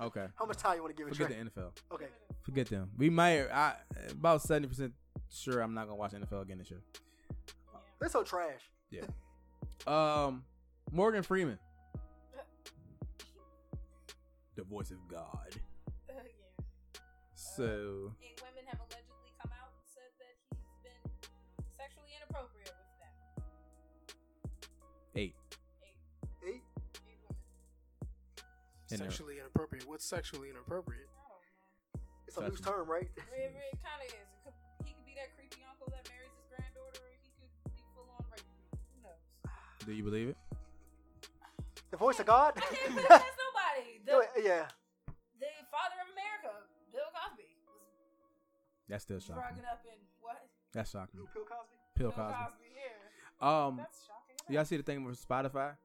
Okay. How much time you want to give it? Forget Trey? the NFL. Okay. Forget them. We might. I about seventy percent sure I'm not gonna watch NFL again this year. They're so trash. Um, Morgan Freeman, the voice of God. yeah. So And women have allegedly come out and said that he's been sexually inappropriate with them. eight. Eight, Eight? eight women. And, uh, Sexually inappropriate. What's sexually inappropriate? I don't know. It's a That's- loose term, right? It, it kind of is. It could, he could be that creepy uncle that marries his granddaughter, or he could be full on rape. Who knows? Do you believe it? The voice of God? I can't put it past nobody. The, No, yeah. the father of America, Bill Cosby, was That's still shocking. drugging up in what? That's shocking. Who, Bill Cosby? Pill Bill Cosby. yeah. Um, That's shocking. y'all see the thing with Spotify?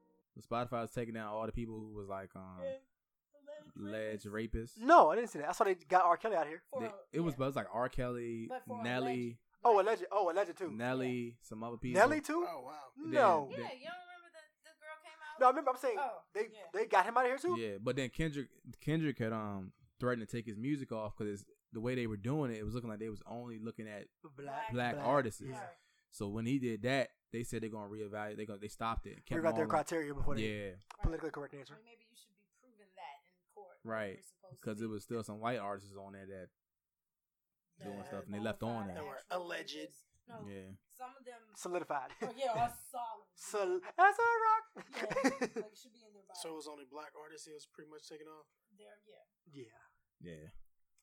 Spotify was taking down all the people who was like um Yeah. alleged rapists. No, I didn't see that. I saw they got R. Kelly out here. For They- a- it was, yeah. but it was like R. Kelly, But for Nelly, Oh, alleged. Oh, alleged too. Nelly, some other people. Nelly too? Oh wow. Then- No. Yeah, you don't remember that the girl came out? No, I remember. I'm saying Oh, they yeah. they got him out of here too. Yeah, but then Kendrick Kendrick had um threatened to take his music off because the way they were doing it, it was looking like they was only looking at Black- black, artists. yeah. Sorry. So when he did that, they said they're gonna reevaluate. They gonna they stopped it. We got their Kept them all on- criteria before they Yeah, politically correct I answer. mean, maybe you should be proving that in court. Right, because Because it was still some white artists on there that doing stuff, and they left on They there. were alleged. No, Yeah, some of them. Solidified. Oh, yeah, are solid. Sol- as a rock. yeah, like it should be in their body. So it was only black artists. It was pretty much taken off. They're, yeah. yeah. yeah,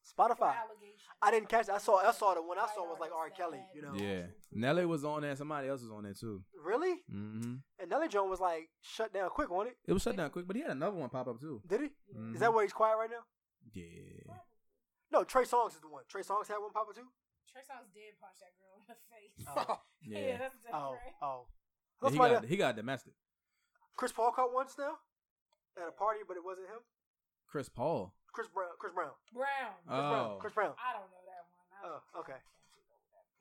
for Spotify. allegations. I didn't catch. I saw. I saw the one I White saw was like R. artists that Kelly. had You know. yeah. Nelly was on there. Somebody else was on there too. Really? hmm And Nelly Jones was like shut down quick on it. It was shut down quick, but he had another one pop up too. Did he? Mhm. Is that where he's quiet right now? Yeah, No, Trey Songz is the one. Trey Songz had one pop up too. Trey Songz did punch that girl in the face. Oh, yeah. that's that's oh, right. oh. Yeah, That's he why got the- he got domestic. Chris Paul caught once now at a party, but it wasn't him. Chris Paul. Chris Brown. Chris Brown. Brown. Chris Uh, Oh. Brown. Chris Brown. I don't know that one. I Oh, don't know. okay.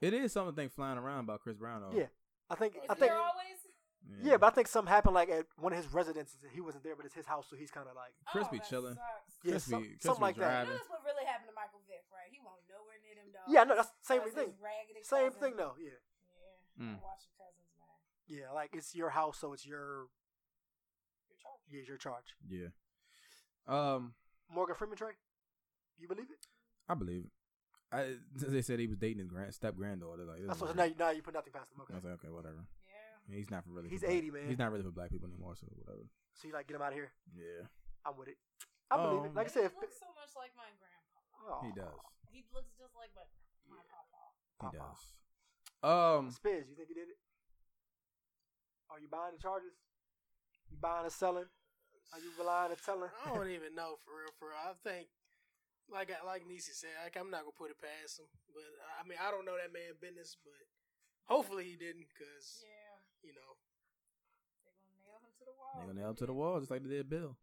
It is something flying around about Chris Brown though. Yeah, I think. Is I think. there always? Yeah, but I think something happened like at one of his residences. and He wasn't there, but it's his house, so he's kind of like. Crispy oh, that chilling. Sucks. Yeah, Crispy, some- Crispy something like that. You driving. know that's what really happened to Michael Vick, right? He won't nowhere near them dogs. Yeah, no, that's the same Oh. That's thing. his raggedy Same cousin. thing though. Yeah, Yeah, Mm. I watch your cousins, man. yeah. Like it's your house, so it's your. You're charged. Yeah, it's your charge. Yeah. Um, Morgan Freeman, Trey. You believe it? I believe it. I they said he was dating his grand step granddaughter. Like, this That's is what. weird. Now, you- now you put nothing past him. I was Okay. like, okay, whatever. Yeah. I mean, he's not for really. He's for black- 80, man. He's not really for black people anymore, so whatever. So you like get him out of here. Yeah, I'm with it. I believe Um, it. Like I said, oh. if, he looks so much like my grandpa. Aw. he does. He looks just like my my papa. He Papa. does. Um, Spiz, you think he did it? Are you buying the Chargers? You buying or selling? Are you relying or telling? I don't even know for real. For real. I think, like I, like Nisi said, like I'm not gonna put it past him. But I mean, I don't know that man business, but hopefully he didn't, cause Yeah. you know They're gonna nail him to the wall. they're gonna nail him to the wall just like they did Bill.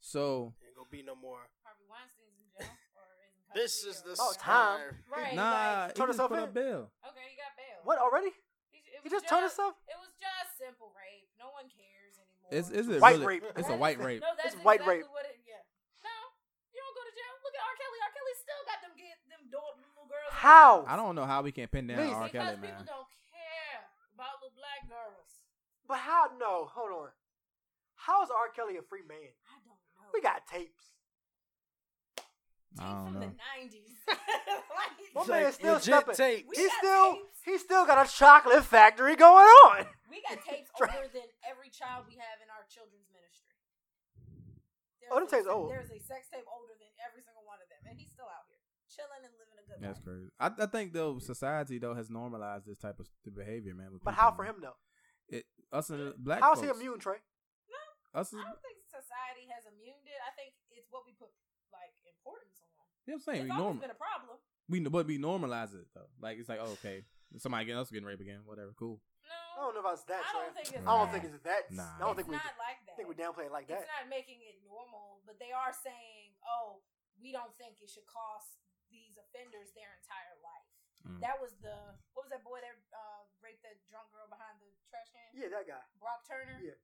So ain't gonna be no more. Harvey Weinstein's in jail or is in This custody is the or Oh, whatever. time. Right. nah, like, he Turn just himself put in. up Bill. okay, he got bail. What already? He, it He was just turned himself. It was just simple rape. No one cares anymore. Is is it White really? rape. It's a white rape. No, that's It's exactly white rape. What it, yeah. No, you don't go to jail. Look at R. Kelly. R. Kelly still got them get them do- little girls. How? I don't know how we can pin down Please. Because R. Kelly, people man. don't care about little black girls. But how? No, hold on. How is R. Kelly a free man? I don't know. We got tapes. Tape I don't from know. the nineties. like, One man is still legit stepping. tape. We He got still tapes. he still got a chocolate factory going on. we got tapes Right. older than every child we have in our children's ministry. There's Oh, them a tapes se- old. There's a sex tape older than every single one of them, and he's still out here chilling and living a good That's life. crazy. I, I think though society though has normalized this type of st- behavior, man. with But people, how for man. him though? Us and black. How is he folks. immune, Trey? Us I as- don't think society has immune it. I think it's what we put like importance on. Yeah, I'm saying it's we always normal. been a problem. We but we normalize it though. Like it's like oh, okay, somebody else getting raped again. Whatever, cool. No, I don't know if it's that. I don't Trey. think it's. I don't that. think it's that. Nah. I don't think it's we. not like that. I think we downplay it like that. It's not making it normal, but they are saying, "Oh, we don't think it should cost these offenders their entire life." Mm. That was the what was that boy that uh, raped that drunk girl behind the trash can? Yeah, that guy. Brock Turner. Yeah.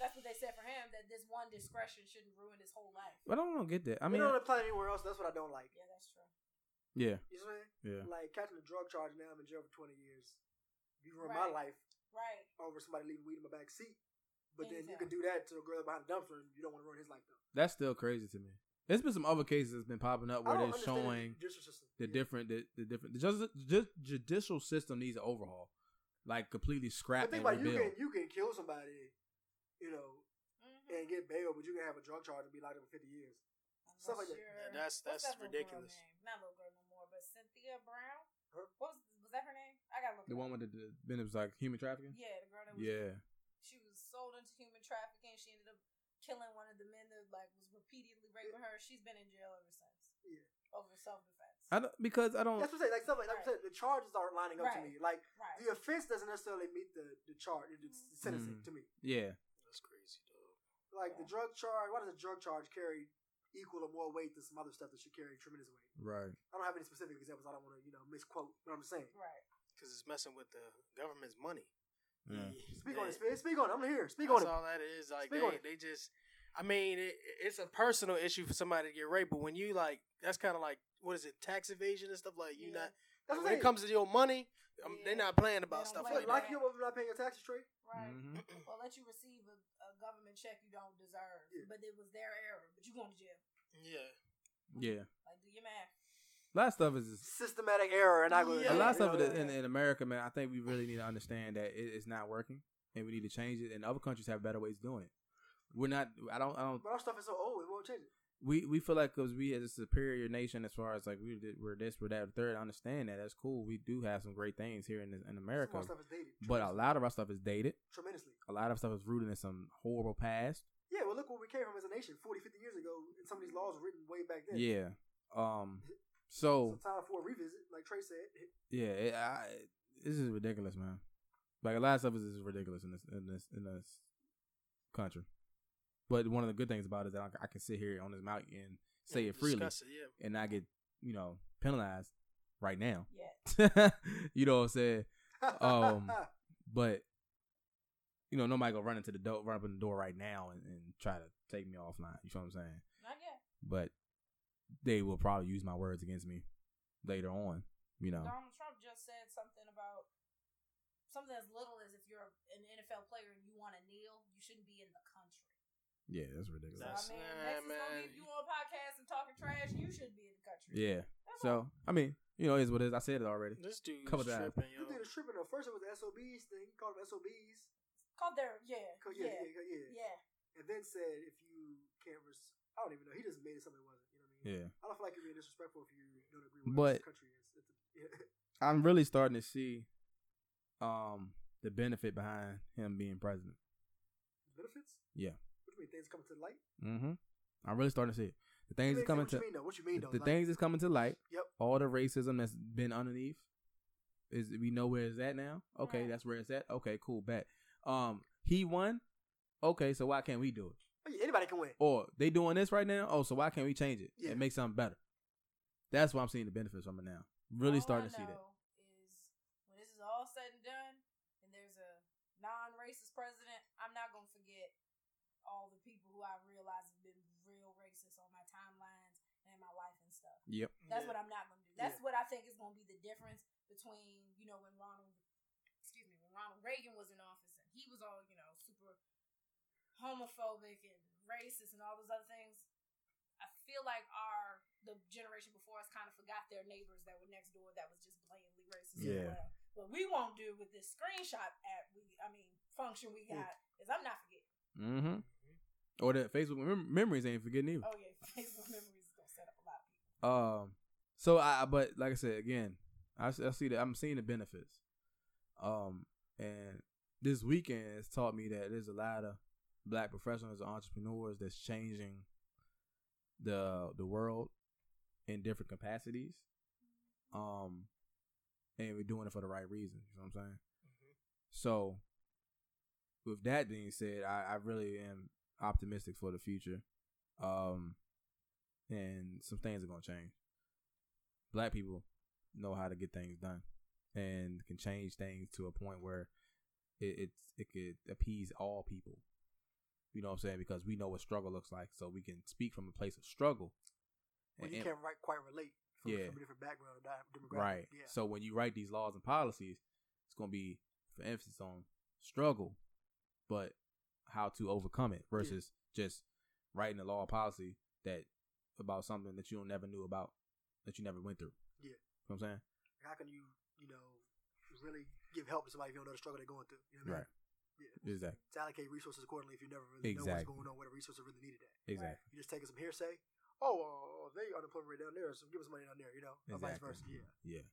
That's what they said for him. That this one discretion shouldn't ruin his whole life. But I don't get that. I I mean, we mean, don't apply anywhere else. That's what I don't like. Yeah, that's true. yeah, You know what I'm yeah. saying? Like catching a drug charge now, I'm in jail for 20 years. You ruin Right. my life Right. over somebody leaving weed in my back seat. But then you Exactly. can do that to a girl behind the dumpster, and you don't want to ruin his life though. That's still crazy to me. There's been some other cases that's been popping up where I they're don't understand the showing judicial system. the Yeah. different the, the different the justice, ju- judicial system needs an overhaul, like completely But scrap think and about it, you rebuild. can you can kill somebody, you know, Mm-hmm. and get bail, but you can have a drug charge and be locked up for 50 years. stuff like that. Yeah, that's- that's ridiculous. Not little girl no more, but Cynthia Brown. Her? What was was that her name? I gotta look. The it one up. with the, the then it was like human trafficking. Yeah, the girl that was. Yeah, She was sold into human trafficking. She ended up killing one of the men that like was repeatedly raping her. She's been in jail ever since. Yeah. Over self defense. I don't, because I don't. That's what I'm saying. Like something, like I said, the charges aren't lining up to Right. me. Like Right. the offense doesn't necessarily meet the the charge, the s- sentencing Mhm. to me. Yeah, That's crazy, dog. Like the drug charge, why does a drug charge carry equal or more weight than some other stuff that should carry tremendous weight? right. I don't have any specific examples. I don't want to you know misquote what I'm saying. Right. Because it's messing with the government's money. Yeah. Speak on it. That- Speak, speak on it. I'm here. Speak on That's it. all that is. Like Speak they, on it. they just. I mean, it, it's a personal issue for somebody to get raped, but when you like, that's kind of like what is it, tax evasion and stuff. Like you Yeah. not That's when what it comes to your money, um, Yeah. they're not playing don't about stuff play Like, like like that. that. you over not paying your taxes straight. Right. Mhm. Well, let you receive a, a government check you don't deserve, Yeah. but it was their error. But you going to jail? Yeah, Yeah, Like, do your math. a lot of stuff is just, Systematic error, and I go. Yeah. a lot of you stuff know, is in, in America, man. I think we really need to understand that it, it's not working, and we need to change it. And other countries have better ways of doing it. We're not. I don't. I don't. But our stuff is so old, it won't change it. We we feel like because we as a superior nation, as far as like we did- we're this, we're that, we're third. I understand that. That's cool. We do have some great things here in in Some America, of our stuff is dated. but a lot of our stuff is dated. tremendously. A lot of stuff is rooted in some horrible past. Yeah, well, look where we came from as a nation 40, 50 years ago, and some of these laws were written way back then. Yeah. Um. So So time for a revisit, like Trey said. yeah, it, I, this is ridiculous, man. Like a lot of stuff is just ridiculous in this in this in this country. But one of the good things about it is that I, I can sit here on this mountain and say it freely Discuss it, yeah. and not get you know penalized right now. Yeah. you know what I'm saying? Um, But you know nobody gonna run into the door, run up in the door right now and, and try to take me offline. You know what I'm saying? Not yet. but they will probably use my words against me later on. You know, Donald Trump just said something about something as little as if you're an NFL player and you want to kneel, you shouldn't be in the country. yeah, that's ridiculous. That's- so, I mean, nah, next is gonna be man. if you on podcast and talking trash, you should be in the country. Yeah, That's all. so I mean, you know, it is what it is. I said it already. This dude's Cover that. tripping, you did yo. a tripping though. First, it was the SOBs thing. He called them SOBs. called their yeah, 'Cause yeah, yeah, yeah, yeah, yeah. yeah. And then said, if you can't, res- I don't even know. He just made it something it wasn't. You know what I mean? Yeah, I don't feel like you're being disrespectful if you don't agree with what But- this country is. It's a- yeah. I'm really starting to see, um, the benefit behind him being president. Benefits? Yeah. What do you mean? Things coming to light? Mm-hmm. I'm really starting to see it. The things What that's coming do to you mean, though? What you mean, the, though? the Like, things that's coming to light. Yep. All the racism that's been underneath is we know where it's at now. Okay, Right. that's where it's at. Okay, cool, bet. Um, he won. Okay, so why can't we do it? Oh, yeah, Anybody can win. or they doing this right now. Oh, so why can't we change it Yeah. and make something better? That's why I'm seeing the benefits from it now. Really All starting I to see that. know Is when this is all said and done, and there's a non-racist president, I'm not gonna forget all the people who I realize have been real racist on my timelines and in my life and stuff. Yep. That's Yeah. what I'm not gonna do. That's Yeah. what I think is gonna be the difference between you know when Ronald, excuse me, when Ronald Reagan was in office and he was all you know super homophobic and racist and all those other things. I feel like our the generation before us kind of forgot their neighbors that were next door that was just blatantly racist. As Yeah. well. What we won't do with this screenshot app, we I mean function we got is I'm not forgetting. Mm-hmm. Or that Facebook mem- memories ain't forgetting either. Oh yeah, Facebook memories is gonna set up a lot. of people. Um. So I, I- but like I said again, I, s- I see that I'm seeing the benefits. Um, and this weekend has taught me that there's a lot of black professionals and entrepreneurs that's changing the the world in different capacities. Um, and we're doing it for the right reason. You know what I'm saying? Mm-hmm. So, with that being said, I, I really am optimistic for the future. Um, and some things are gonna change. Black people know how to get things done and can change things to a point where it it, it could appease all people. You know what I'm saying? Because we know what struggle looks like, so we can speak from a place of struggle. Well, And- you and- can't right, quite relate from, Yeah. from a different background or di- demographic. right. Yeah. So when you write these laws and policies, it's going to be for emphasis on struggle, but how to overcome it versus just writing a law or policy that about something that you never knew about, that you never went through. Yeah. You know what I'm saying? Like, how can you, you know, really give help to somebody if you don't know the struggle they're going through? You know what I mean? Right. Exactly. To allocate resources accordingly if you never really know what's Exactly. going on, what the resources really needed at. Exactly. You just taking some hearsay. Oh, uh, they unemployment rate down there, so give us money down there, you know, or vice Exactly. versa. Yeah. Yeah.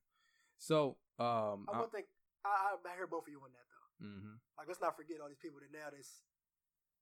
So, um, I would think I, I, I hear both of you on that though. mm-hmm. Like, let's not forget all these people that now that's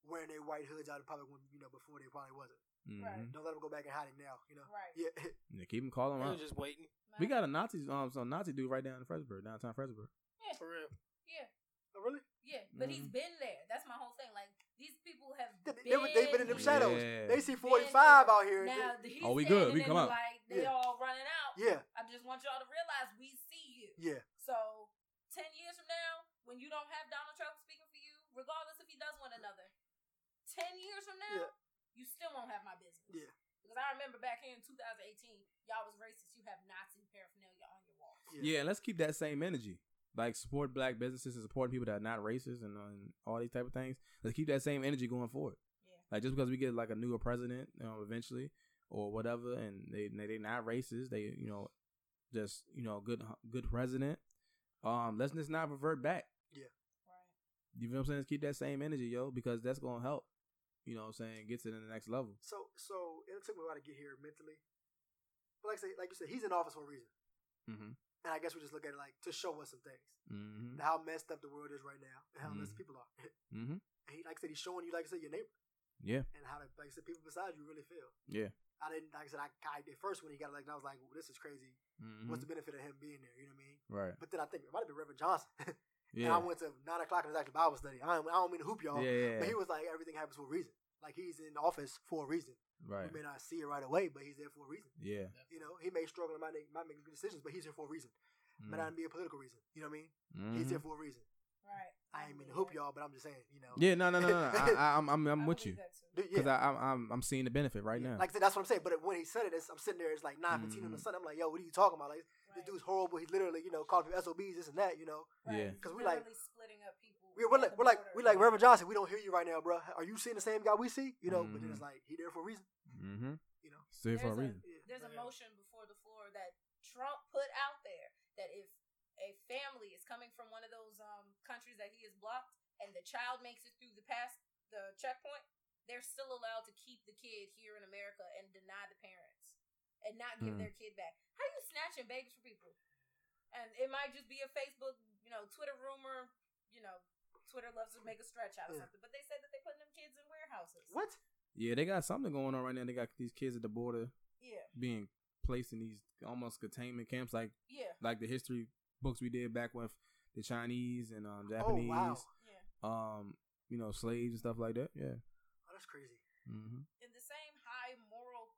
wearing their white hoods out of public when you know before they probably wasn't. Mm-hmm. Right. Don't let them go back and hide it now. You know. Right. Yeah. Yeah, keep him calling I out. was just waiting We got a Nazi, um, some Nazi dude right down in Fredericksburg, downtown Fredericksburg. Yeah, for real. yeah, oh, really? yeah. But he's Mm-hmm. been there. That's my whole thing. Like these people have They, been. they, they've been in them Yeah. shadows. They see been forty five out here. there. Now, and they- he's Oh, we standing good. We in come the out. light, they Yeah. all running out. yeah. I just want y'all to realize we see you. Yeah. So ten years from now, when you don't have Donald Trump speaking for you, regardless if he does one another, ten years from now, you still won't have my business. Yeah. Because I remember back here in 2018, y'all was racist. You have Nazi paraphernalia on your walls. Yeah. Yeah, and let's keep that same energy. Like support black businesses and supporting people that are not racist and, and all these type of things. Let's keep that same energy going forward. Yeah. Like just because we get like a newer president you know, eventually or whatever, and they they they not racist, they you know just you know good good president. Um, let's just not revert back. Right. You know what I'm saying? Let's keep that same energy, yo, because that's gonna help. You know what I'm saying? Get to the next level. So so it took me a while to get here mentally. But like I say, like you said, he's in office for a reason. Mm-hmm. And I guess we just look at it like to show us some things. Mm-hmm. And how messed up the world is right now and how messed Mhm. people are. and Mm-hmm. he like I said, he's showing you like I said, your neighbor Yeah. and how the like I said, people beside you really feel. Yeah. I didn't like I said I, I at first when he got elected, I was like, well, this is crazy. Mm-hmm. What's the benefit of him being there? You know what I mean? right. But then I think it might have been Reverend Johnson. and Yeah. I went to nine o'clock and it was actually Bible study. I don't, I don't mean to hoop y'all, Yeah. yeah, but yeah. he was like, everything happens for a reason. Like he's in office for a reason. Right. We may not see it right away, but he's there for a reason. Yeah. You know, he may struggle and might make, might make good decisions, but he's here for a reason. Mm-hmm. May not be a political reason. You know what I mean? Mhm. He's here for a reason. Right. I ain't mean to believe hoop that. y'all, but I'm just saying, you know. Yeah. No. No. No. No. no. I, I, I'm. I'm. I I'm with believe you that too. Dude, yeah. because I'm. I'm. I'm seeing the benefit right now. Like I said, that's what I'm saying. But when he said it, it's, I'm sitting there. It's like 9:15 on the Mhm. Sunday. I'm like, yo, what are you talking about? Like Right. this dude's horrible. He literally, you know, called people SOBs, this and that. You know, Right. Yeah. He's 'Cause we like- literally splitting up people. we're, we're at like the we're like border. we like Reverend Johnson. We don't hear you right now, bro. Are you seeing the same guy we see? You know. But then Mhm. it's like he there for a reason. Mm-hmm. You know. It's here for a There's a- reason. Yeah. There's a Yeah. motion before the floor that Trump put out there that if a family is coming from one of those um, countries that he has blocked and the child makes it through the past the checkpoint, they're still allowed to keep the kid here in America and deny the parents and not give Mm. their kid back. How you snatching babies from people? And it might just be a Facebook, you know, Twitter rumor, you know, Twitter loves to make a stretch out of Yeah. something. But they said that they're putting them kids in warehouses. What? Yeah. They got something going on right now. They got these kids at the border Yeah, being placed in these almost containment camps, like yeah, like the history books we did back with the Chinese and um, Japanese, Oh wow, yeah. um, you know, slaves and stuff like that. Yeah. oh, that's crazy. Mm-hmm. in the same high moral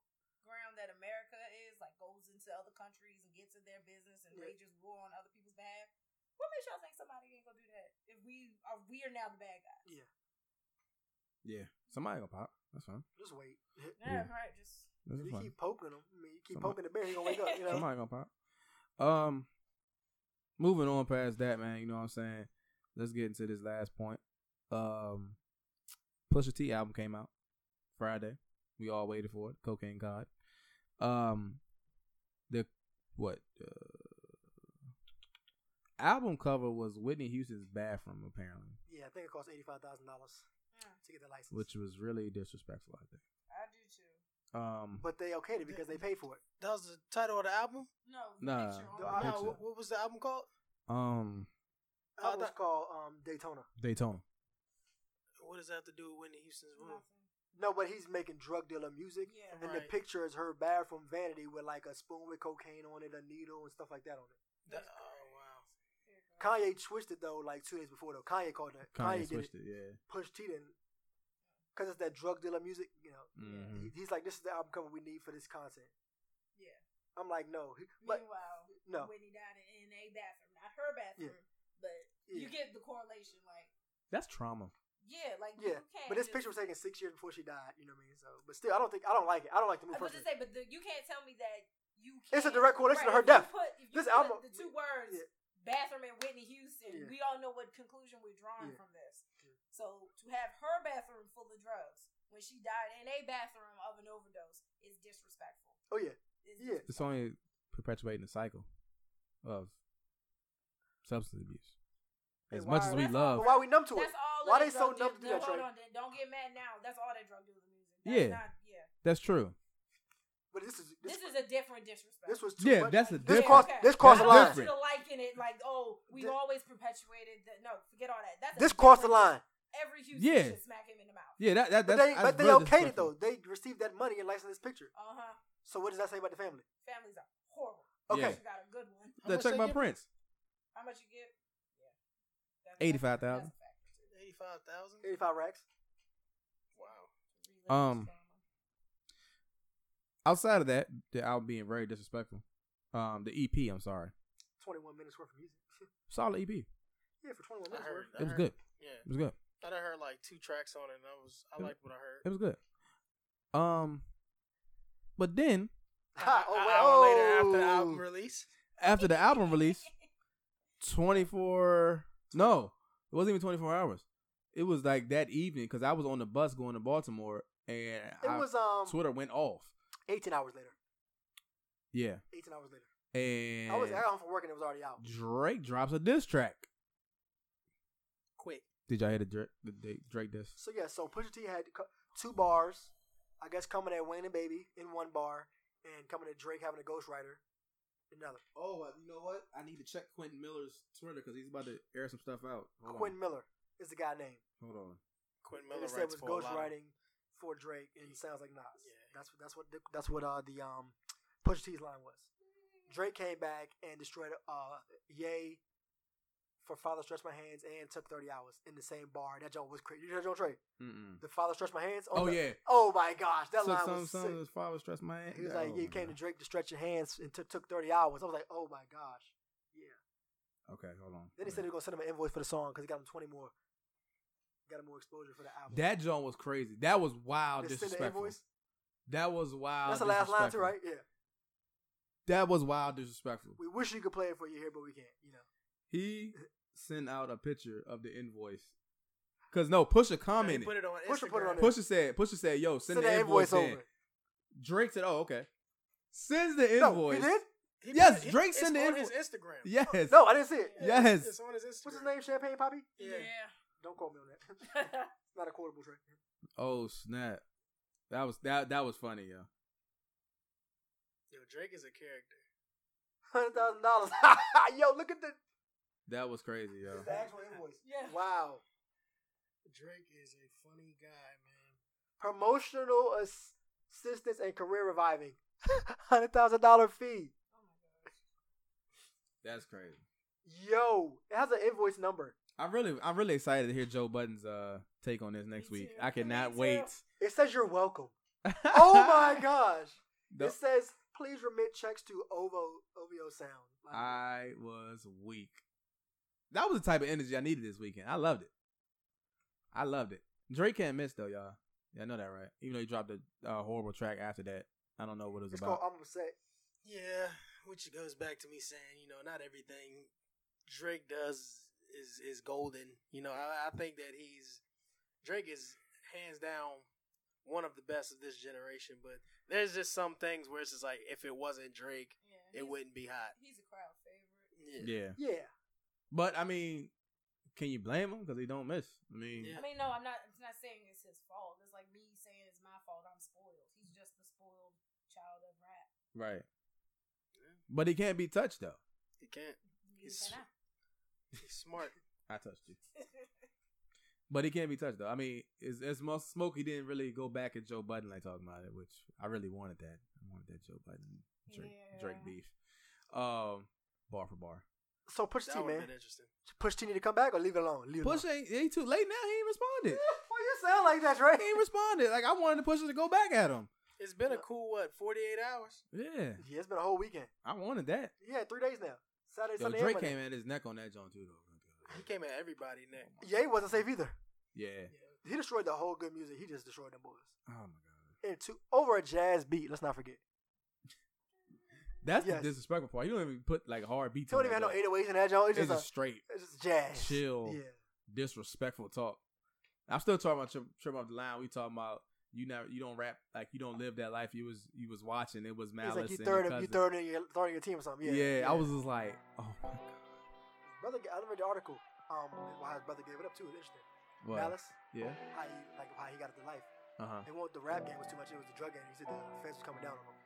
ground that America is, like goes into other countries and gets in their business and Yeah. rages war on other people's behalf. What makes y'all think somebody ain't gonna do that if we are we are now the bad guy? Yeah. Somebody gonna pop. That's fine. Just wait. Yeah. right. Just That's You fine. keep poking him. I mean, you keep Somebody- poking the bear, he gonna wake up. You know. Somebody gonna pop. Um, moving on past that, man. You know what I'm saying? Let's get into this last point. Um, Pusha T album came out Friday. We all waited for it. Cocaine God. Um, the what? Uh, album cover was Whitney Houston's bathroom, apparently, Yeah, I think it costs eighty five thousand dollars to get the license. which was really disrespectful. I think. mm, I do too. Um, but they okayed it because they paid for it. That was the title of the album. No, the Nah. picture on The the I No, think so. what, what was the album called? um, I That was thought- called um, Daytona. Daytona. What does that have to do with Whitney Houston's room? nothing. No, but he's making drug dealer music. Yeah. And Right. the picture is her bathroom vanity with like a spoon with cocaine on it, a needle, and stuff like that on it. That- oh wow. Here it goes. Kanye switched it though, like two days before though. Kanye called that. Kanye, did Kanye, it. switched it. Yeah. Push T didn't. Because it's that drug dealer music, you know. hmm He- He's like, this is the album cover we need for this content. Yeah. I'm like, no. He- But Meanwhile, no. Whitney died in a bathroom, not her bathroom, but Yeah. you get the correlation. Like, That's trauma. Yeah, like Yeah, you can't. but this just- picture was taken six years before she died. You know what I mean? So, but still, I don't think I don't like it. I don't like the movie I was just say, personally. but the, you can't tell me that you. Can't, It's a direct correlation to if her you death. Put, if you This put album- the two words, Yeah. bathroom and Whitney Houston. Yeah. We all know what conclusion we're drawing Yeah. from this. Yeah. So to have her bathroom full of drugs when she died in a bathroom of an overdose is disrespectful. Oh yeah, It's Yeah. disrespectful. It's only perpetuating the cycle of substance abuse. Hey, As much why- as we That's love, but why we numb to it? That's all. Why that they so drug numb to deal- that, Hold Trey? on, then don't get mad now. That's all that drug dealer music. That's Yeah. Not, yeah. that's true. But this is this, This is a different disrespect. this was too Yeah, much. that's a this different. crossed this crossed the line. That's different. To liking it like oh we've Thi- always perpetuated the, no forget all that. That's a This crossed the different- line. Every Houston Yeah. should smack him in the mouth. Yeah, that, But that that's they that's but they okayed real it disrespectful. though. They received that money and licensed this picture. Uh huh. So what does that say about the family? Families are horrible. Okay. You got a good one. How much check they my give? prints. How much you get? Yeah. That's- 85,000. that's a factor too. Eighty-five thousand. 85 racks. Wow. Relate Um, to trauma. Outside of that, the album being very disrespectful. Um, the EP, I'm sorry, 21 minutes worth of music. solid EP. It yeah, for 21 I minutes. heard. worth. I was heard- good. Yeah, It was good. I done heard like two tracks on it. and I was I Yeah. liked what I heard. It was good. Um, but then Ha, An oh, hour later, after the oh. album release, after the album release, 24 no it wasn't even 24 hours it was like that evening because i was on the bus going to baltimore and It I- was um twitter went off 18 hours later. yeah 18 hours later. and I was I got home from work and it was already out. drake drops a diss track quick. did y'all hear the drake, the Da- drake diss So yeah, so Pusha T had co- two bars, I guess coming at Wayne and Baby in one bar, and coming at Drake having a ghostwriter in another. oh you know what i need to check quentin miller's twitter because he's about to air some stuff out Quinn Miller is the guy name. hold on Quentin They Miller just said it writes was for a lot. Of, ghostwriting for Drake and it sounds like Nas. Yeah. That's what that's what the, that's what uh the um Pusha T's line was. Drake came back and destroyed uh Yay for Father Stretch My Hands and took 30 hours in the same bar. That joke was crazy. You heard Joe Trey? Mm-mm. The Father Stretch My Hands? oh the- yeah Oh my gosh, that took line some was some sick. of his father stress my aunt. He was Yeah, like, oh yeah, you my came to God. Drake to stretch your hands and took took 30 hours. I was like, oh my gosh. Yeah. okay hold on Then he said they're going to send him an invoice for the song because he got him 20 more. Got him more exposure for the album. that john was crazy that was wild They send the disrespectful invoice. That was wild. That's the last line, too, disrespectful. right? Yeah. That was wild disrespectful. We wish you could play it for you here, but we can't, you know. He sent out a picture of the invoice. Cause no, Pusha He commented. put it on Pusha put it on Instagram. there. Pusha said, Pusha said, yo, send, the, that invoice, in. Drake said, oh, okay. Sends the No, invoice. he did? He Yes, put it- he- Drake it's sent the on invo- his Instagram. Yes. No, I didn't see it. Yeah. Yes. It's on his Instagram. What's his name? Champagne Poppy? Yeah. Don't quote me on that. It's yeah. Not a quotable track. Oh snap. That was that that was funny, yo. Yo, Drake is a character. Hundred thousand dollars. Yo, look at the, That was crazy, yo. the actual invoice. Yeah. Wow. Drake is a funny guy, man. Promotional ass- assistance and career reviving. Hundred thousand dollar fee. Oh my gosh. That's crazy. Yo, it has an invoice number. I'm really I'm really excited to hear Joe Budden's uh take on this next Me week. too. I cannot Me too. wait. It says you're welcome. Oh my gosh. The- It says please remit checks to OVO OVO Sound. Like, I was weak. That was the type of energy I needed this weekend. I loved it. I loved it. Drake can't miss though, y'all. Yeah, I know that, right? Even though he dropped a uh, horrible track after that, I don't know what it was it's about. called I'm upset. Yeah, which goes back to me saying, you know, not everything Drake does is is golden. You know, I, I think that he's Drake is hands down one of the best of this generation. But there's just some things where it's just like if it wasn't Drake, Yeah. it he's- wouldn't be hot. He's a crowd favorite. yeah, Yeah. Yeah. but I mean, can you blame him because he don't miss? I mean, Yeah. I mean, no, I'm not. It's not saying it's his fault. It's like me saying it's my fault. I'm spoiled. He's just the spoiled child of rap. right. But he can't be touched though. He can't. You It's- cannot. He's smart. I touched you, but he can't be touched though. I mean, as as much smoke, he didn't really go back at Joe Budden like talking about it, which I really wanted that. I wanted that Joe Budden Drake Drake Yeah. beef, um, bar for bar. So push T That would have man. been interesting. Push T need to come back or leave it alone. Leave it Push alone. ain't he too late now. He ain't responded. Well, you sound like that, right? He ain't responded. Like I wanted Pusha to go back at him. It's been a cool what forty eight hours. Yeah, Yeah, it's been a whole weekend. I wanted that. Yeah, three days now. Saturday, Yo, Sunday, Drake and came Monday. at his neck on that joint too, though. He came at everybody next. Yeah, he wasn't safe either. Yeah, Yeah, he destroyed the whole good music. He just destroyed them boys. Oh my god, And two over a jazz beat. Let's not forget. that's Yes. the disrespectful part. You don't even put like hard beats. He don't on even have that no joint. 808s in that joint. It's Oh just, It's just a, straight it's just jazz. Chill. Yeah. disrespectful talk. I'm still talking about trip, trip up the line. We talking about you never, you don't rap like you don't live that life. You was you was watching. It was It's malice. like you and third, your of, you cousin. third in your third in your team or something. Yeah, Yeah, I was just like, oh my god, Brother, I read the article. Um, why his brother gave it up too. It's interesting. what? Malice, Yeah, how he like how he got it to life. uh huh. It wasn't the rap game was too much. It was the drug game. He said the fence was coming down on him.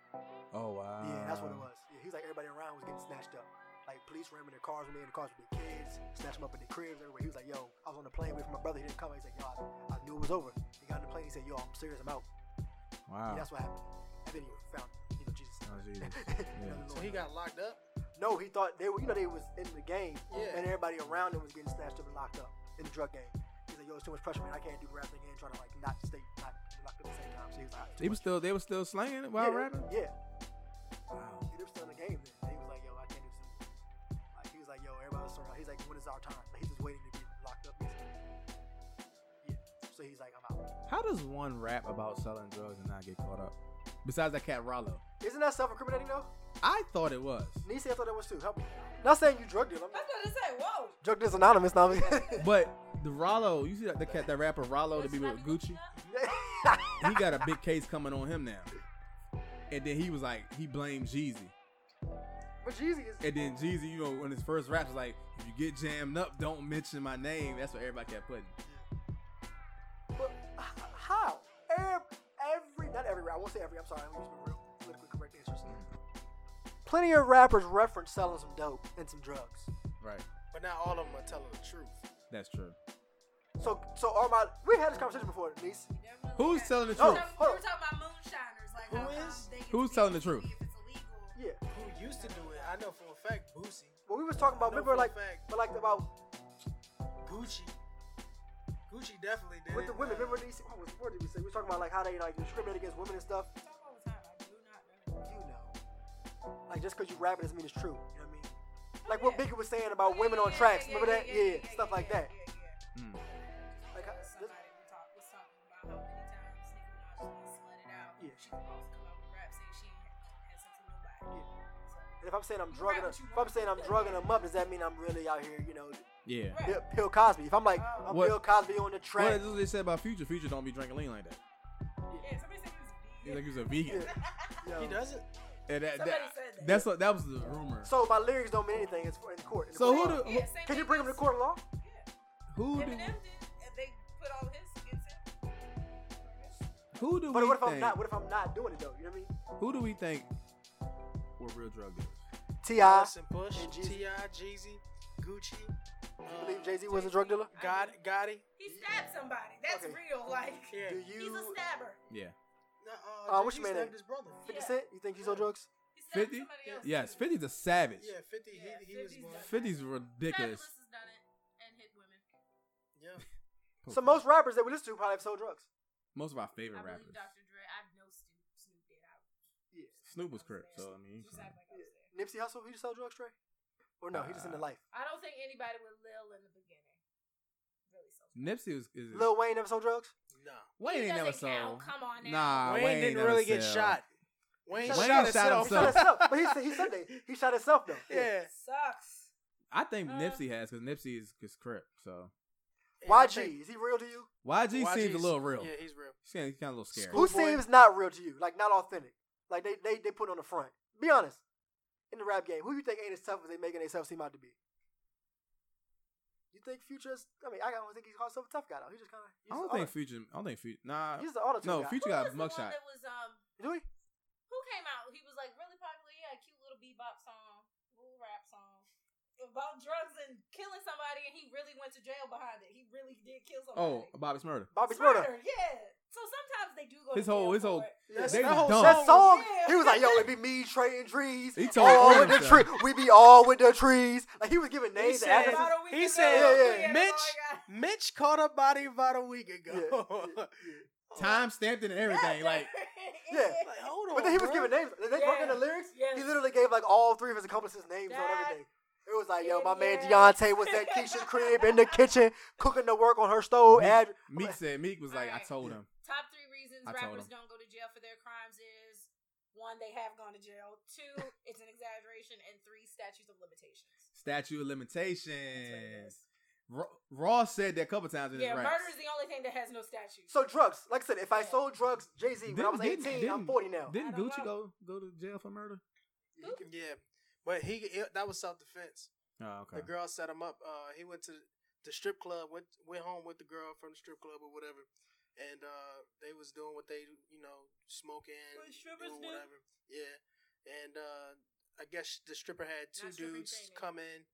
Oh wow. yeah, that's what it was. Yeah, he's like everybody around was getting snatched up. Like police ran in their cars with me in the cars with their kids, snatched them up in their cribs everywhere. He was like, "Yo, I was on the plane with my brother. He didn't come." He's like, "Yo, I, I knew it was over." He got on the plane. He said, "Yo, I'm serious. I'm out." Wow. Uh. Yeah, that's what happened. And then he found, you know, Jesus. Oh, Jesus. You know, the So Lord. he got locked up. No, he thought they were, you know, they was in the game, Yeah. and everybody around him was getting snatched up and locked up in the drug game. He's like, yo, it's too much pressure, man. I can't do rapping and trying to like not stay not be locked up at the same time. So he was like, "Alright, too They much." was still they were still slaying it while yeah, rapping. Yeah, Wow. they were still in the game. Then and he was like, yo, I can't do this. anymore. Like he was like, yo, everybody was around. He's like, when is our time? Like, he's just waiting to get locked up. basically. Yeah. So he's like, I'm out. How does one rap about selling drugs and not get caught up? Besides that cat Rollo, Isn't that self-incriminating though? I thought it was, Nisi, I thought that was too. Help me. Not saying you drug dealer. I'm That's not, what I say. Whoa. drug dealer's anonymous now. but the Rollo, you see that the cat that rapper Rollo to That's be not with me Gucci. looking up. he got a big case coming on him now. And then he was like, he blamed Jeezy. but Jeezy is. And then Jeezy, you know, on his first rap was like, if you get jammed up, don't mention my name. That's what everybody kept putting. But h- how? Every, every not every. I won't say every. I'm sorry. I'm using real politically correct answers. Plenty of rappers reference selling some dope and some drugs. Right. But not all of them are telling the truth. That's true. So, so all my we've had this conversation before, niece. Definitely Who's not. telling the We were truth? talking- we Oh, Hold were on. talking about moonshiners, like Who how is- they get who's to be telling the able to truth? be if it's illegal. Yeah. Who used to do it? I know for a fact Boosie. Well, we was talking about. I know Remember, for a like, fact but like about Gucci. Gucci definitely did. with the it. women. Remember, niece. What, was, what did we say? We were talking about like how they like discriminate against women and stuff. We talk all the time. I do not know. You know, like just because you rap it doesn't mean it's true. You know what I mean? Oh, Like what yeah. Biggie was saying Oh, about yeah, women on yeah, tracks. yeah, Remember that? Yeah, stuff like yeah, that. yeah, yeah. Mm. Like Like, uh, somebody we talk, was talking about how many times Nicki Minaj was slutted out. Yeah. She could always come out with rap saying she ain't had sex with nobody. And if I'm saying I'm You drugging, rap them- what you if I'm want. saying I'm drugging them up, does that mean I'm really out here, you know, Yeah. Right. Bill, Bill Cosby? If I'm like I'm What- Bill Cosby on the Well, track, that's what they said about Future. Future don't be drinking lean like that. Yeah, somebody said he was He's like vegan. he was a vegan. yo. He does it. And that, Somebody that- said that. that's what that was the rumor. So, so my lyrics don't mean anything. It's for in court. In the So who court do- of law. who- Yeah, same Can you thing bring him to with- court of law? Yeah. who do Eminem did. and They put all his against him. who do But we what if I'm think not? What if I'm not doing it though? You know what who do we think were real drug dealers? I mean? Ti. Listen, Push, and Jeezy. Ti, Jeezy, Gucci. You believe Jay Z was a drug dealer? God, Gotti. He stabbed somebody. That's Okay. real. Like Yeah. Do he's a you? stabber. Yeah. Uh, Uh, what's Jay-Z your man stabbed name? his brother. Fifty Yeah. Cent? You think he's on drugs? He stabbed 50? somebody else. Yes, 50's a savage. Yeah, Fifty. Yeah, he, he was 50's one. done. 50's ridiculous. Fabulous has done it and hit women. Yeah. So most rappers that we listen to probably have sold drugs. Most of my I favorite rappers. believe Dr. Dre. I know Snoop. Snoop did. I Yeah. Snoop was I crip, there. so I mean, you Just fine. act like I was there. Nipsey Hussle, he just sold drugs, Trey? Or no, he just in the Uh, life. I don't think anybody with Lil in the beginning really sold. Nipsey was is Lil Wayne never sold drugs. No. Wayne He ain't never doesn't count. sold. Come on now. Nah, Wayne, didn't never really get sell. shot. Wayne, Wayne shot, shot himself. He shot himself. himself, but he, said- he said that he shot himself though. Yeah. Sucks. I think Uh, Nipsey has because Nipsey is, is crip. So YG, is he real to you? YG seems a YG's little real. Yeah, he's real. He's kind of a little scary. Who Schoolboy. seems not real to you? Like not authentic. Like they they, they put on the front. Be honest. In the rap game, who you think ain't as tough as they making themselves seem out to be? You think Future's? I mean, I don't think he's called himself a tough guy though. He just kind of. I don't think Future. I don't think Future. Nah. He's the auto No, guy. Who Future got was the one mugshot. that was um Do we? who came out? He was like really popular. He had a cute little bebop song, little rap song about drugs and killing somebody, and he really went to jail behind it. He really did kill Oh, somebody. Bobby Smurda. Bobby It's murder, Smurda. yeah. So sometimes they do go. His to jail whole- his for whole- it. That's, They that was whole dumb. That song. song, Yeah. he was like, "Yo, it be me, Trey, and Trees. Oh. He told all all with the himself. tree. We be all with the trees." Like he was giving He names. to said, actors. About a week he ago, said Yeah, yeah. Mitch, Oh my Mitch caught a body about a week Yeah, ago. yeah, yeah. Oh, Time stamped and everything. Like Yeah. Like, hold on. But then he was bro. giving names. They broke Yeah. in the lyrics. Yes. He literally gave like all three of his accomplices' names on That- everything. It was like, yo, my man Yeah. Deontay was at Keisha's crib in the kitchen cooking the work on her stove. Meek- Ad- Meek said Meek was like, I Alright. told him. Top three reasons I told rappers 'em. don't go to jail for their crimes is one, they have gone to jail. Two, it's an exaggeration, and three, statutes of limitations. Statue of That's what it limitations. is. Ra- Ross said that a couple times in Yeah, his raps. murder is the only thing that has no statute. so drugs. Like I said, if I Yeah. sold drugs, Jay Z, when I Didn't- was didn't- 18, I'm didn't- 40 now. Didn't I don't Gucci know. go go to jail for murder? Yeah, but he it- that was self defense. Oh, okay. The girl set him up. Uh, he went to the strip club. went went home with the girl from the strip club or whatever, and uh, they was doing what they you know smoking, What strippers doing do. whatever. Yeah, and uh, I guess the stripper had two Not stripping dudes training. come in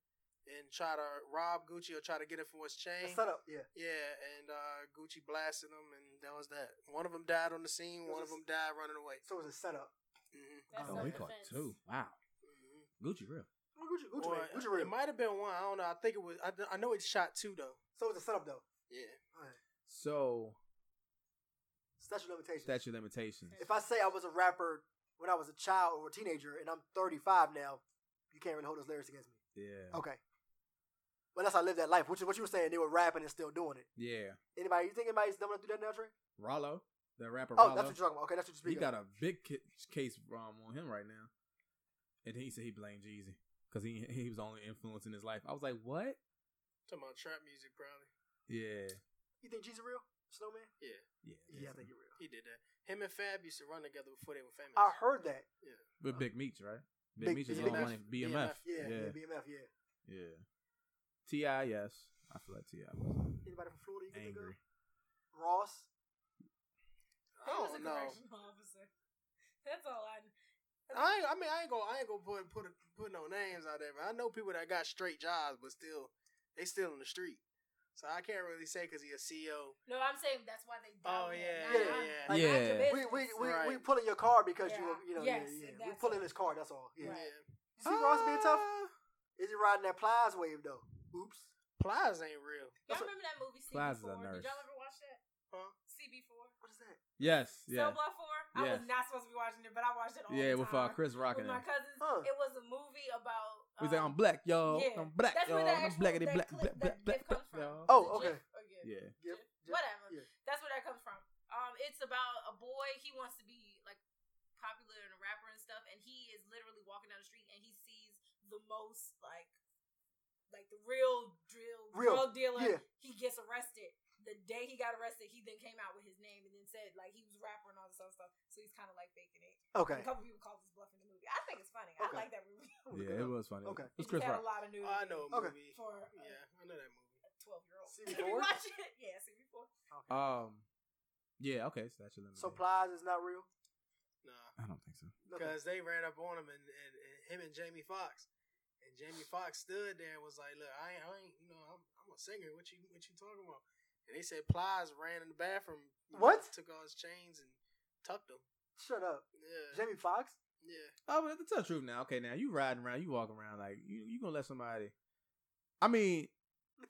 and try to rob Gucci or try to get it for his chain. Set up, yeah. Yeah, and uh, Gucci blasted them, and that was that. One of them died on the scene. It One was of a- them died running away. So it was a setup. hmm That's Oh, oh, he he caught self-defense. two. Wow. hmm Gucci real. Gucci, Gucci, Or, man, Gucci real. It might have been one. I don't know. I think it was. I, I know it shot two though. so it was a setup, though. Yeah. Alright. So Statute of limitations. statue of limitations. If I say I was a rapper when I was a child or a teenager and I'm 35 now, you can't really hold those lyrics against me. Yeah. Okay. But that's how I lived that life, which is what you were saying. They were rapping and still doing it. Yeah. Anybody, you think anybody's dumb enough to do that now, Trey? Rollo, the rapper Oh, Rollo. that's what you're talking about. Okay, that's what you're he speaking got a big ki- case um, on him right now, and he said he blamed Jeezy because he he was the only influence in his life. I was like, what? Talking about trap music, probably. Yeah, You think G's real? Snowman? yeah. Yeah, I think you're real. He did that. Him and Fab used to run together before they were famous. I heard that. But Big Meech, right? Big, Big- Meech is Big on Meech. money. BMF. Yeah, yeah, yeah, BMF, yeah. yeah. Ti, yes. I feel like Ti was Anybody from Florida you can think angry. of? Ross? I He was a don't know. correctional officer. That's all I kn- I ain't, I mean I ain't gonna I ain't gonna put put put no names out there, but I know people that got straight jobs, but still they still in the street. So I can't really say because he a CEO. No, I'm saying that's why they Oh, doubt him. yeah, Not yeah, I'm- yeah. like, I'm Yeah. the We we we, Right. we pulling your car because you Yeah. were- you know Yes, yeah, yeah. we that's pulling it. his car. That's all. Yeah. Right. You see Ross being tough? Ah, Is he riding that Plies wave though? Oops. Plies ain't real. Y'all remember that movie Plies is CB4? a nurse. Did y'all ever watch that? Huh? CB4? What is that? Yes, yeah, Cell Block 4? I was Yes. not supposed to be watching it, but I watched it all yeah. the With uh, time. Chris Rock with and my him. cousins. Huh. It was a movie about. Um, He's like, I'm black, y'all. yeah. I'm black, That's where y'all. that I'm actual blackity that black, clip, black, black, that black, gif comes black, from. y'all. Oh, The gif okay. or gif. Yeah, Yep, Gif. yep. Whatever. Yeah. That's where that comes from. Um, it's about a boy. He wants to be like popular and a rapper and stuff, and he is literally walking down the street and he sees the most like, like the real drill Real, drug dealer. yeah. He gets arrested. The day he got arrested, he then came out with his name and then said like he was a rapper and all this other stuff. So he's kind of like faking it. Okay. A couple people called this bluff in the movie. I think it's funny. Okay. I like that movie. I'm gonna look yeah. it It up. was funny. Okay. It It was Chris had Rock. a lot of new. Oh, I know a Okay. movie. for a Yeah, I know that movie. twelve year old. CB4? watch it. Yeah, CB4. Okay. Um, yeah. Okay, statue of limitations. so Plies is not real. I Nah, don't think so. Okay. because they ran up on him and, and, and him and Jamie Foxx, and Jamie Foxx stood there and was like, "Look, I ain't, I ain't, you know, I'm, I'm a singer. What you, what you talking about?" And they said Plies ran in the bathroom. you know, What? took all his chains and tucked them. Shut up. Yeah, Jamie Foxx? yeah. Oh, but to tell the truth now, okay, now you riding around, you walking around like you you gonna let somebody. I mean,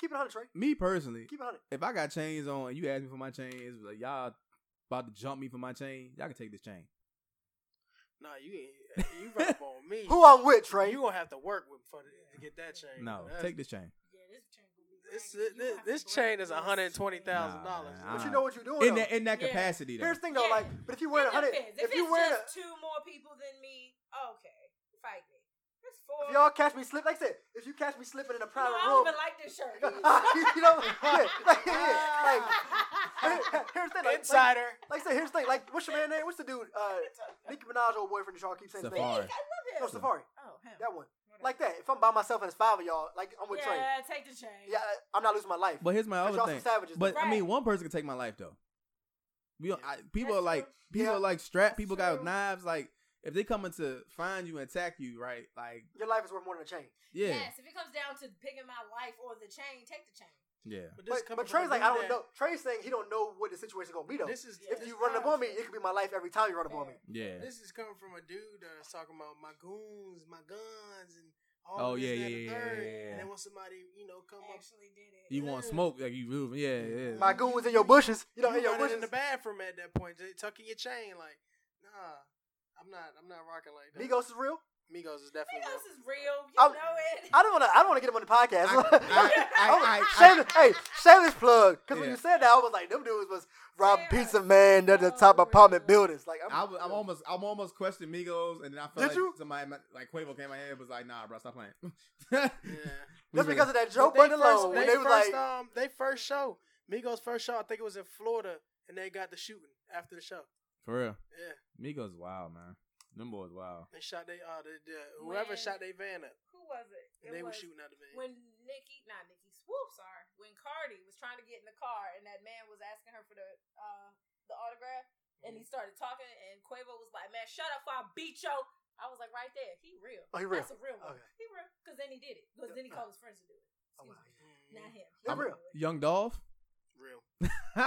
Keep it on Trey. me personally, Keep it on if I got chains on and you ask me for my chains, like y'all about to jump me for my chain, y'all can take this chain. Nah, you, ain't- you run up on me. Who I'm with, Trey? You gonna have to work with for the, to get that chain. No, That's- take this chain. Yeah, this chain. gonna be This- raggedy. You this- gonna have to this break chain this chain. is $120,000. Nah, but nah. you know what you're doing. In that though. in that Yeah. capacity, though. Here's the thing though, Yeah. like, but if you wear a It hundred, depends. if if you it's wear a, just two more people than me, okay, fight me. It's four. if y'all catch me slip, like I said, if you catch me slipping in a you know, I private don't room, even like this shirt. you know, yeah, like, yeah, like, Ah. here's the thing, like, like, Insider. like I said, here's the thing, like, what's your man name? What's the dude? Uh, Nicki Minaj old boyfriend that y'all keep saying his name. Safari. I love him. No, Safari. Oh, him. That one. Whatever. Like that. If I'm by myself and it's five of y'all, like I'm with yeah, Trey. take the chain. Yeah, I- I'm not losing my life. But here's my 'Cause other y'all thing. some savages. But I mean, Right. one person can take my life though. We don't, I, people That's are like true. people Yeah. are like That's strapped. People got true. knives. Like if they coming to find you and attack you, right? Like your life is worth more than a chain. yeah, Yes, if it comes down to picking my life or the chain, take the chain. yeah. this But, coming but from a Trey's like, dude I don't that- know. Trey's saying he don't know what the situation's gonna be though. This is if this- you run up on me, it could be my life every time you run up on me. Yeah. This is coming from a dude that's talking about my goons, my guns, and Oh, all this, yeah, that, yeah, and yeah, third. yeah, yeah, yeah. And then when somebody, you know, come up, Actually did it. You want smoke? Like you moving? Yeah, yeah. My goons in your bushes. You know, in your running bushes. in the bathroom at that point, they tucking your chain, like, nah, I'm not, I'm not rocking like that. Migos is real. Migos is definitely. Migos real. is real. You I'm- know it. Oh, I don't want to. I don't want to get him on the podcast. I- I- I- I- Shame- hey, shameless plug. Because when Yeah. you said that, I was like, them dudes was robbing Yeah. pizza man at the top apartment buildings. Like, I'm, I was, I'm almost, I'm almost questioning Migos, and then I felt Did like you? somebody, like Quavo, came in my head and was like, "Nah, bro, stop playing." Yeah. just because of that But joke they on the first- loan, when they they was first, like, um, they first show, Migos' first show, I think it was in Florida, and they got the shooting after the show. for real, Yeah, Migos, wild man. Them boys, wild. they shot they uh they, uh, whoever When- shot their van up, Who was it? It and they were was shooting out the van. when Nikki, not Nikki, whoops, sorry. When Cardi was trying to get in the car, and that man was asking her for the uh the autograph, and Mhm. he started talking, and Quavo was like, "Man, shut up, or I'll beat yo." I was like, right there, he real. Oh, he real. That's a real one. Okay. He real. Because then he did it. Because then he called his friends to do it. Oh, Excuse wow. me. Not him. He I'm- real. Young Dolph. Mm-hmm. real.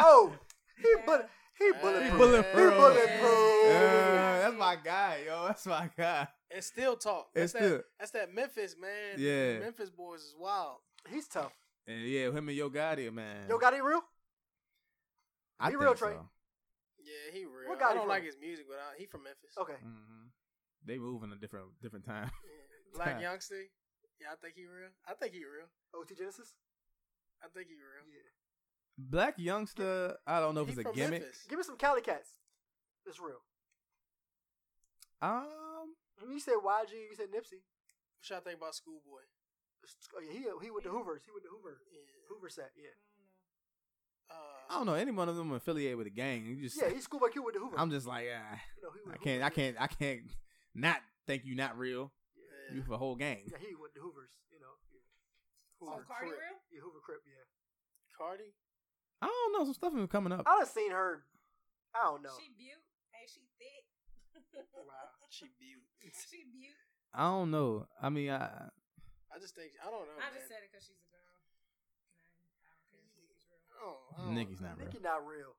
oh, he Yeah. bullet, he Yeah. bulletproof, He bulletproof. he bulletproof. Yeah, that's my guy, yo. That's my guy. And still talk. It's That's still, that. That's that Memphis man. Yeah. Memphis boys is wild. He's tough. and yeah, him and Yo Gotti, man. Yo, got it real? I he think real, Trey. so. Yeah, he real. What guy I he don't from? like his music, but I, he from Memphis. Okay, hmm They move in a different, different time. Yeah. Black youngster. Yeah, I think he real. I think he real. OT Genesis. I think he real. Black youngster. I don't know if He it's a from gimmick. Memphis. Give me some Cali cats. It's real. Um, You said YG. You said Nipsey. What y'all think about Schoolboy? Oh yeah, he he with the Hoovers. He with the Hoover Yeah. Hoover set. Yeah. I Uh, don't know. Any one of them affiliated with a gang. You just, Yeah, he's Schoolboy Q with the Hoover. I'm just like, ah, you know, he with I the can't, I Hoovers. can't, I can't not think you not real. yeah. You for a whole gang. Yeah, he with the Hoovers. You know, yeah. So Hoover Cardi Crip. real? yeah Hoover Crip. Yeah, Cardi. I don't know. Some stuff is coming up. I done seen her. I don't know. She butte and she thick. Wow, she beaut. she butte. I don't know. I mean, I I just think Oh, I don't know. I man. just said it because she's a girl. And I, I don't care if Nikki's real. Oh, Nikki's not real. Nikki not real.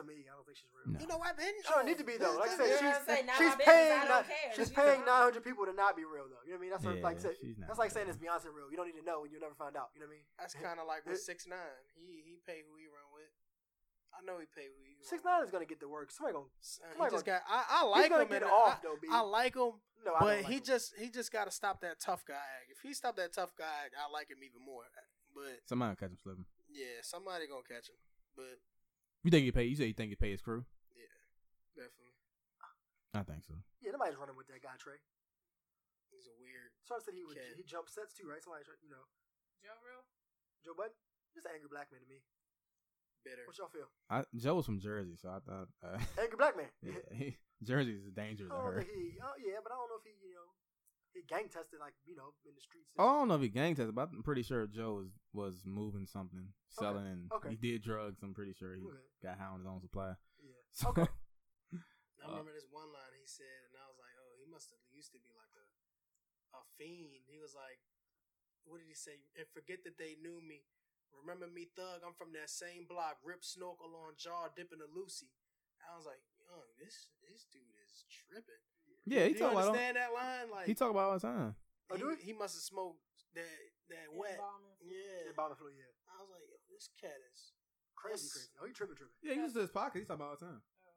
To me, I don't think she's real. No. You know what, Ben? She don't need to be though. Like I said, Yeah, she's, I say, not she's my business, paying I don't nine- care. she's She's paying not. nine hundred people to not be real though. You know what I mean? That's what, Yeah, like I said, she's not that's like saying real. is Beyonce real. You don't need to know, and you'll never find out. You know what I mean? That's kind of like with six nine. He he pay who he run with. I know he pay who he. Run Six nine is gonna get the work. Somebody gonna With. come He on, just bro. got. I, I he's like gonna him. get and off I, though. B. I like him, no, I but don't like he him. just he just got to stop that tough guy act. If he stop that tough guy act, I like him even more. But somebody will catch him slipping. yeah, somebody gonna catch him. But You think he pay? You say you think he pay his crew? definitely, I think so. yeah. Nobody's running with that guy Trey. he's a weird. So I said he would Yeah. he jump sets too, right? Somebody tried- you know Joe real? Joe Budden. Just an angry black man to me. Bitter. What y'all feel? I, Joe was from Jersey, so I thought uh, Angry black man. yeah, he, Jersey is dangerous. I I don't heard. think he. Oh yeah, but I don't know if he you know he gang tested like you know in the streets. Oh, I don't know if he gang tested, but I'm pretty sure Joe was, was moving something, selling, and Okay. he did drugs. I'm pretty sure he Okay. got high on his own supply. Yeah. So, Okay. I Uh, remember this one line he said, and I was like, "Oh, he must have used to be like a a fiend." He was like, "What did he say?" And forget that they knew me. Remember me, thug. I'm from that same block. Rip snorkel on jaw, dipping a Lucy. I was like, "Young, this this dude is tripping." yeah, he Do you talk about it understand that line? Like all- he talk about it all the time. Oh, do he, he must have smoked that that wet. Embalming. Yeah, Yeah. Bobby Flay, yeah. I was like, "Yo, this cat is." Crazy, Yes. crazy. Oh, he tripping, tripping. Yeah, he was to his pocket. He talk about it all the time, Oh.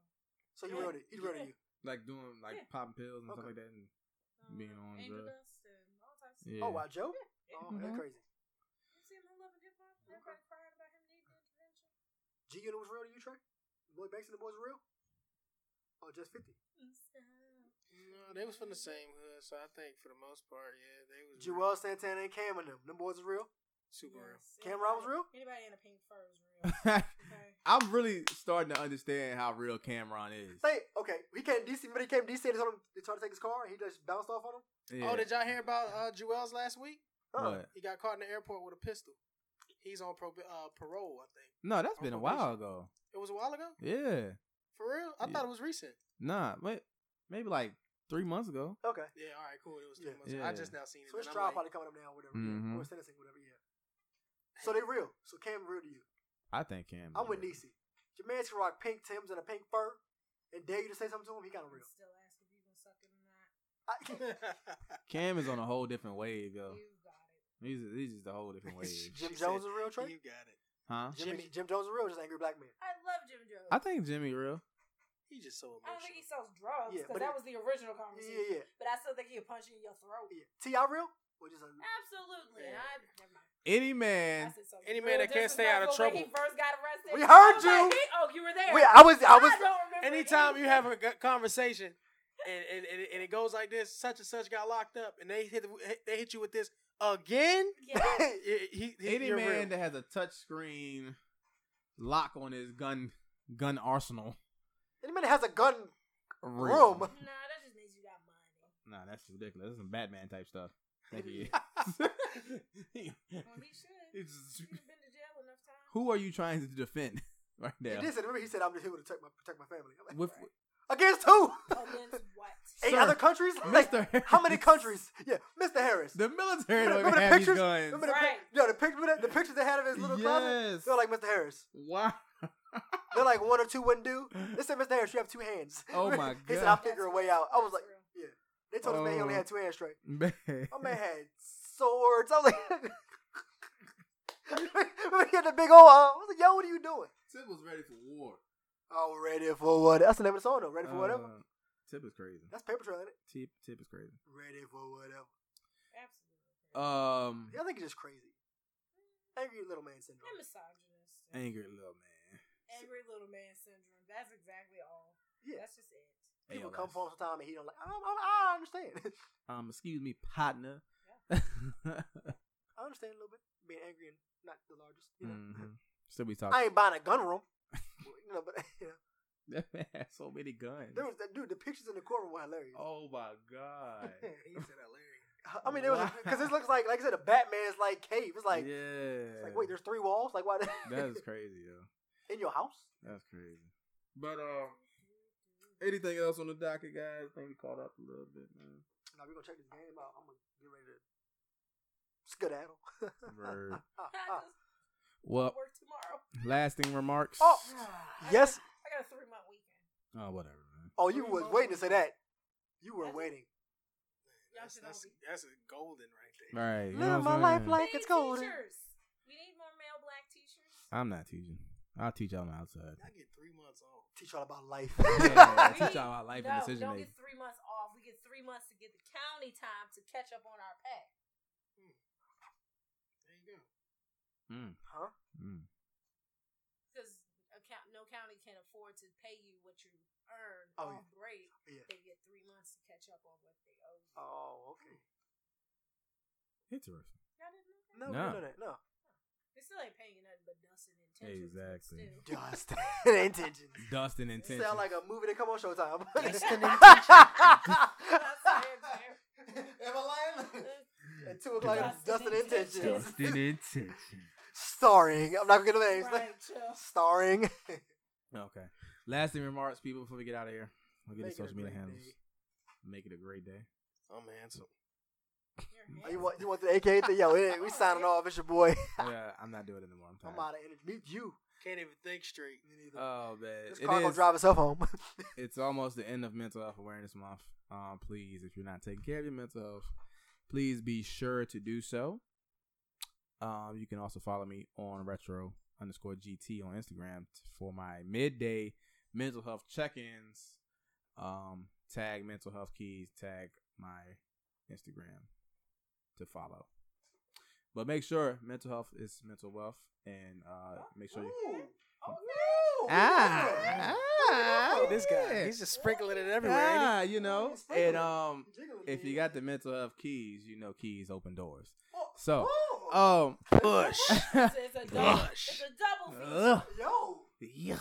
So you Yeah. wrote it. He wrote Yeah. it. You. like doing like Yeah. popping pills and stuff Okay. like that. And, Being on Um, angel drugs. dust and all types of yeah. Oh wow, Joe. Yeah. Oh, that's Mhm. crazy. You see him on Love and Hip Hop? Everybody crying about him needing intervention? G Unit was real to you, Trey. Lloyd Banks and the boys were real. Oh, just fifty. Mm-hmm. No, they was from the same hood, so I think for the most part, yeah, they was Joel Santana and Cam and them. Them boys are real. super real. Yes. Cameron was real? Anybody in a pink fur is real. Okay. I'm really starting to understand how real Cameron is. Say okay, he came to DC. But he came to DC. They told him they tried to take his car, and he just bounced off on him. Yeah. Oh, did y'all hear about uh, Jewel's last week? Uh-uh. But- He got caught in the airport with a pistol. He's on pro- uh, parole, I think. no, that's been a Oh, while ago. It was a while ago. Yeah, For real, Yeah. I thought it was recent. nah, wait, maybe like three months ago. Okay, Yeah, all right, cool. It was three Yeah. months. ago. I Yeah. just now seen it. so his and I'm trial like, probably coming up now, whatever. Mhm. Or sentencing, whatever. Yeah. So they real. So Cam real to you. I think Cam. I'm with DC. Your man can rock pink Tims and a pink fur, and dare you to say something to him. He kind of real. Still ask if you gonna suck it or not. I, Cam is on a whole different wave, yo. You got it. He's he's just a whole different wave, Jim She Jones said, is real, Trey. you got it. huh? Jimmy, Jimmy- Jim Jones is real. Just an angry black man. I love Jim Jones. I think Jimmy real. He's just so I don't think emotional. he sells drugs Yeah, because but that it- was the original Yeah, conversation. yeah, But I still think he'll punch you in your throat. yeah. T.I. real? Or just a, Absolutely. Yeah. I, never mind. Any I man, said something Any real man that can't stay out of disrespectful when trouble. He first got arrested. We heard I was you. like, he- oh, you were there. Wait, I was, I don't was. remember Anytime you anything. have a g- conversation and, and, and, it- and it goes like this, such and such got locked up, and they hit the- they hit you with this again. Yeah. He- he- he- any you're man real. that has a touch screen lock on his gun gun arsenal Any man that has a gun room. room. Nah, that just means you got money. Nah, that's ridiculous. That's some Batman type stuff. Thank you. Well, he should. It's just- He's been to jail enough times. Who are you trying to defend right He there? did say, remember he said, I'm just here to protect my, protect my family. I'm like, With Against who? Against Oh, what? Eight Sir, other countries? Like, Mr. Harris, how many countries? Yeah, Mr. Harris. The military don't Remember even the have these pictures? guns. Remember the, pic- Right. yo, the, pic- remember the, the pictures they had of his little closet? yes. They're like Mr. Harris. Why? They're like one or two wouldn't do. They said, Mr. Harris, you have two hands. Oh my he said, God. I'll figure a way out. I was like, That's real. yeah. They told us man he only Oh. had two hands straight. Man. My man had swords. I was like, remember he had the big old arm. I was like, yo, what are you doing? Tip was ready for war. Oh, ready for what? That's the name of the song, though. Ready for whatever. Uh, Tip is crazy. That's Paper Trail, ain't it? Tip, tip is crazy. Ready for whatever. Absolutely. Um, Yeah, I think it's just crazy. Angry little man And syndrome. misogynist. angry little man. Angry little man syndrome. That's exactly all. Yeah. That's just it. People ALS. come for him sometime and he don't like. I, I, I understand. Um, excuse me, partner. I understand a little bit being angry and not the largest. You know, Mhm. Still I be talking. ain't buying a gun room. you know, but you know, That man had so many guns. there was that dude. The pictures in the courtroom were hilarious. Oh my god. He said hilarious. I mean, there was because this looks like, like I said, a Batman's like cave. It's like, it's yeah. like wait, there's three walls. Like, why? that is crazy, yo. in your house? That's crazy. But um, anything else on the docket, guys? I think we caught up a little bit, man. Now we're gonna check this game out. I'm gonna get ready to skedaddle. Word. Ah, I ah. Uh, just Well, work tomorrow. lasting remarks. Oh, I yes. got- I got a three month weekend. Oh, whatever, man. Oh, you was waiting to say that. You were waiting. Y'all That's, should all that's, be. that's a golden right there. All right. you know Live what my I'm life saying? like it's golden. Teachers. We need more male black teachers. I'm not teaching. I'll teach y'all on the outside. I get three months off. Teach all about life. Yeah, We- teach y'all about life and no, decision don't making. get three months off. We get three months to get the county time to catch up on our pay. There you go. Mm, Huh? mm. because account no county can afford to pay you what you earn Oh, on break. Yeah. They get three months to catch up on what they owe. You. Oh, okay. Interesting. Y'all didn't know that? No, No. no, no, no. no. They still ain't paying you nothing but dust and intentions. but Exactly. still. Just intentions. Dust and Sound intention. like a movie that come on Showtime. Destined That's how it is. Am I lying? At two o'clock, Destined it's Destined Intentions. Dust Destined intention. Starring. I'm not gonna get the names. Right, chill. Starring. Okay. Lasting remarks, people, before we get out of here. We'll get Make the it a social media great handles. day. Make it a great day. I'm handsome. You're Oh, you handsome. want you want the AKA thing? Yo, it, we signing off. It's your boy. yeah, I'm not doing it anymore. I'm I'm tired. out of energy. Meet you. Can't even think straight. Me neither. Oh man, this car it gonna is, drive itself home. it's almost the end of Mental Health Awareness Month. Um, please, if you're not taking care of your mental health, please be sure to do so. Um, you can also follow me on retro underscore GT on Instagram for my midday mental health check-ins. Um, tag mental health keys, tag my Instagram to follow. But make sure mental health is mental wealth, and uh, make sure you. Hmm. Ah, ah, oh, This guy, yeah. he's just sprinkling it everywhere. ain't he? Ah, you know, Sprinkle and it. um, Jiggle it, if man. you got the mental health keys, you know keys open doors. Oh, So, oh. um, Push. It's, it's a double. Oh, It's a double feature. ugh, yo. yeah.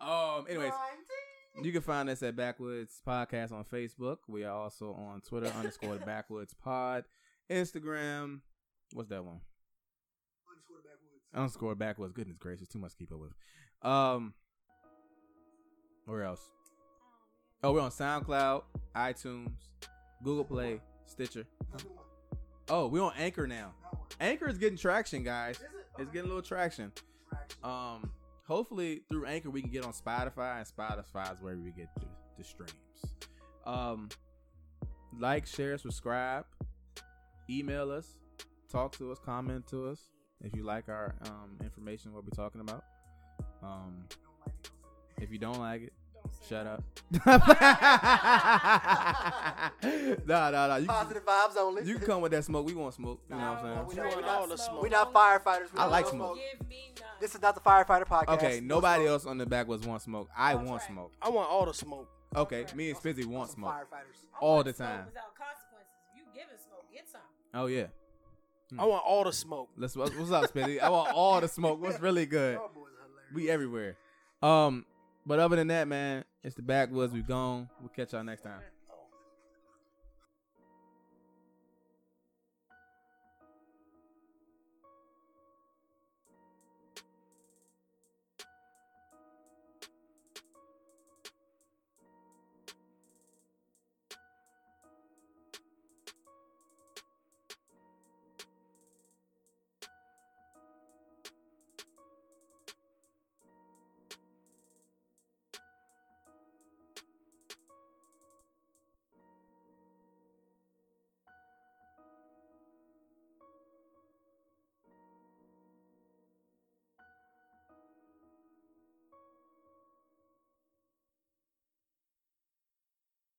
um, anyways, Grinding. you can find us at Backwoods Podcast on Facebook. We are also on Twitter underscore the Backwoods Pod, Instagram. What's that one? Underscore the backwoods. Underscore Backwoods. Goodness gracious, too much to keep up with. Um, where else? Oh, we're on SoundCloud, iTunes, Google Play, Stitcher. Number one. Oh, we're on Anchor now. That one. Anchor is getting traction, guys. Is it? It's Okay. getting a little traction. Traction. Um, hopefully through Anchor we can get on Spotify, and Spotify is where we get the, the streams. Um, like, share, subscribe, email us, talk to us, comment to us if you like our um information, what we're talking about. Um, Don't like it, don't say it. if you don't like it, Don't Shut up. nah, nah, nah. You, Positive vibes only. you can come with that smoke. We want smoke. You know what I'm we saying? don't- You we want not all the smoke. smoke. We're not firefighters. We I don't like want smoke. Give me none. This is not the firefighter podcast. Okay, No nobody smoke. else on the back was want smoke. I That's want right. smoke. I want all the smoke. Okay, me and Spizzy want Some smoke. Firefighters. I all want the smoke time. Without consequences. If you giving smoke, get some. Oh yeah. I want all the smoke. Let's what's what's up, Spizzy? I want all the smoke. What's really good? Y'all boys are hilarious. We everywhere. Um, but other than that, man, it's the backwoods. We've gone. We'll catch y'all next time.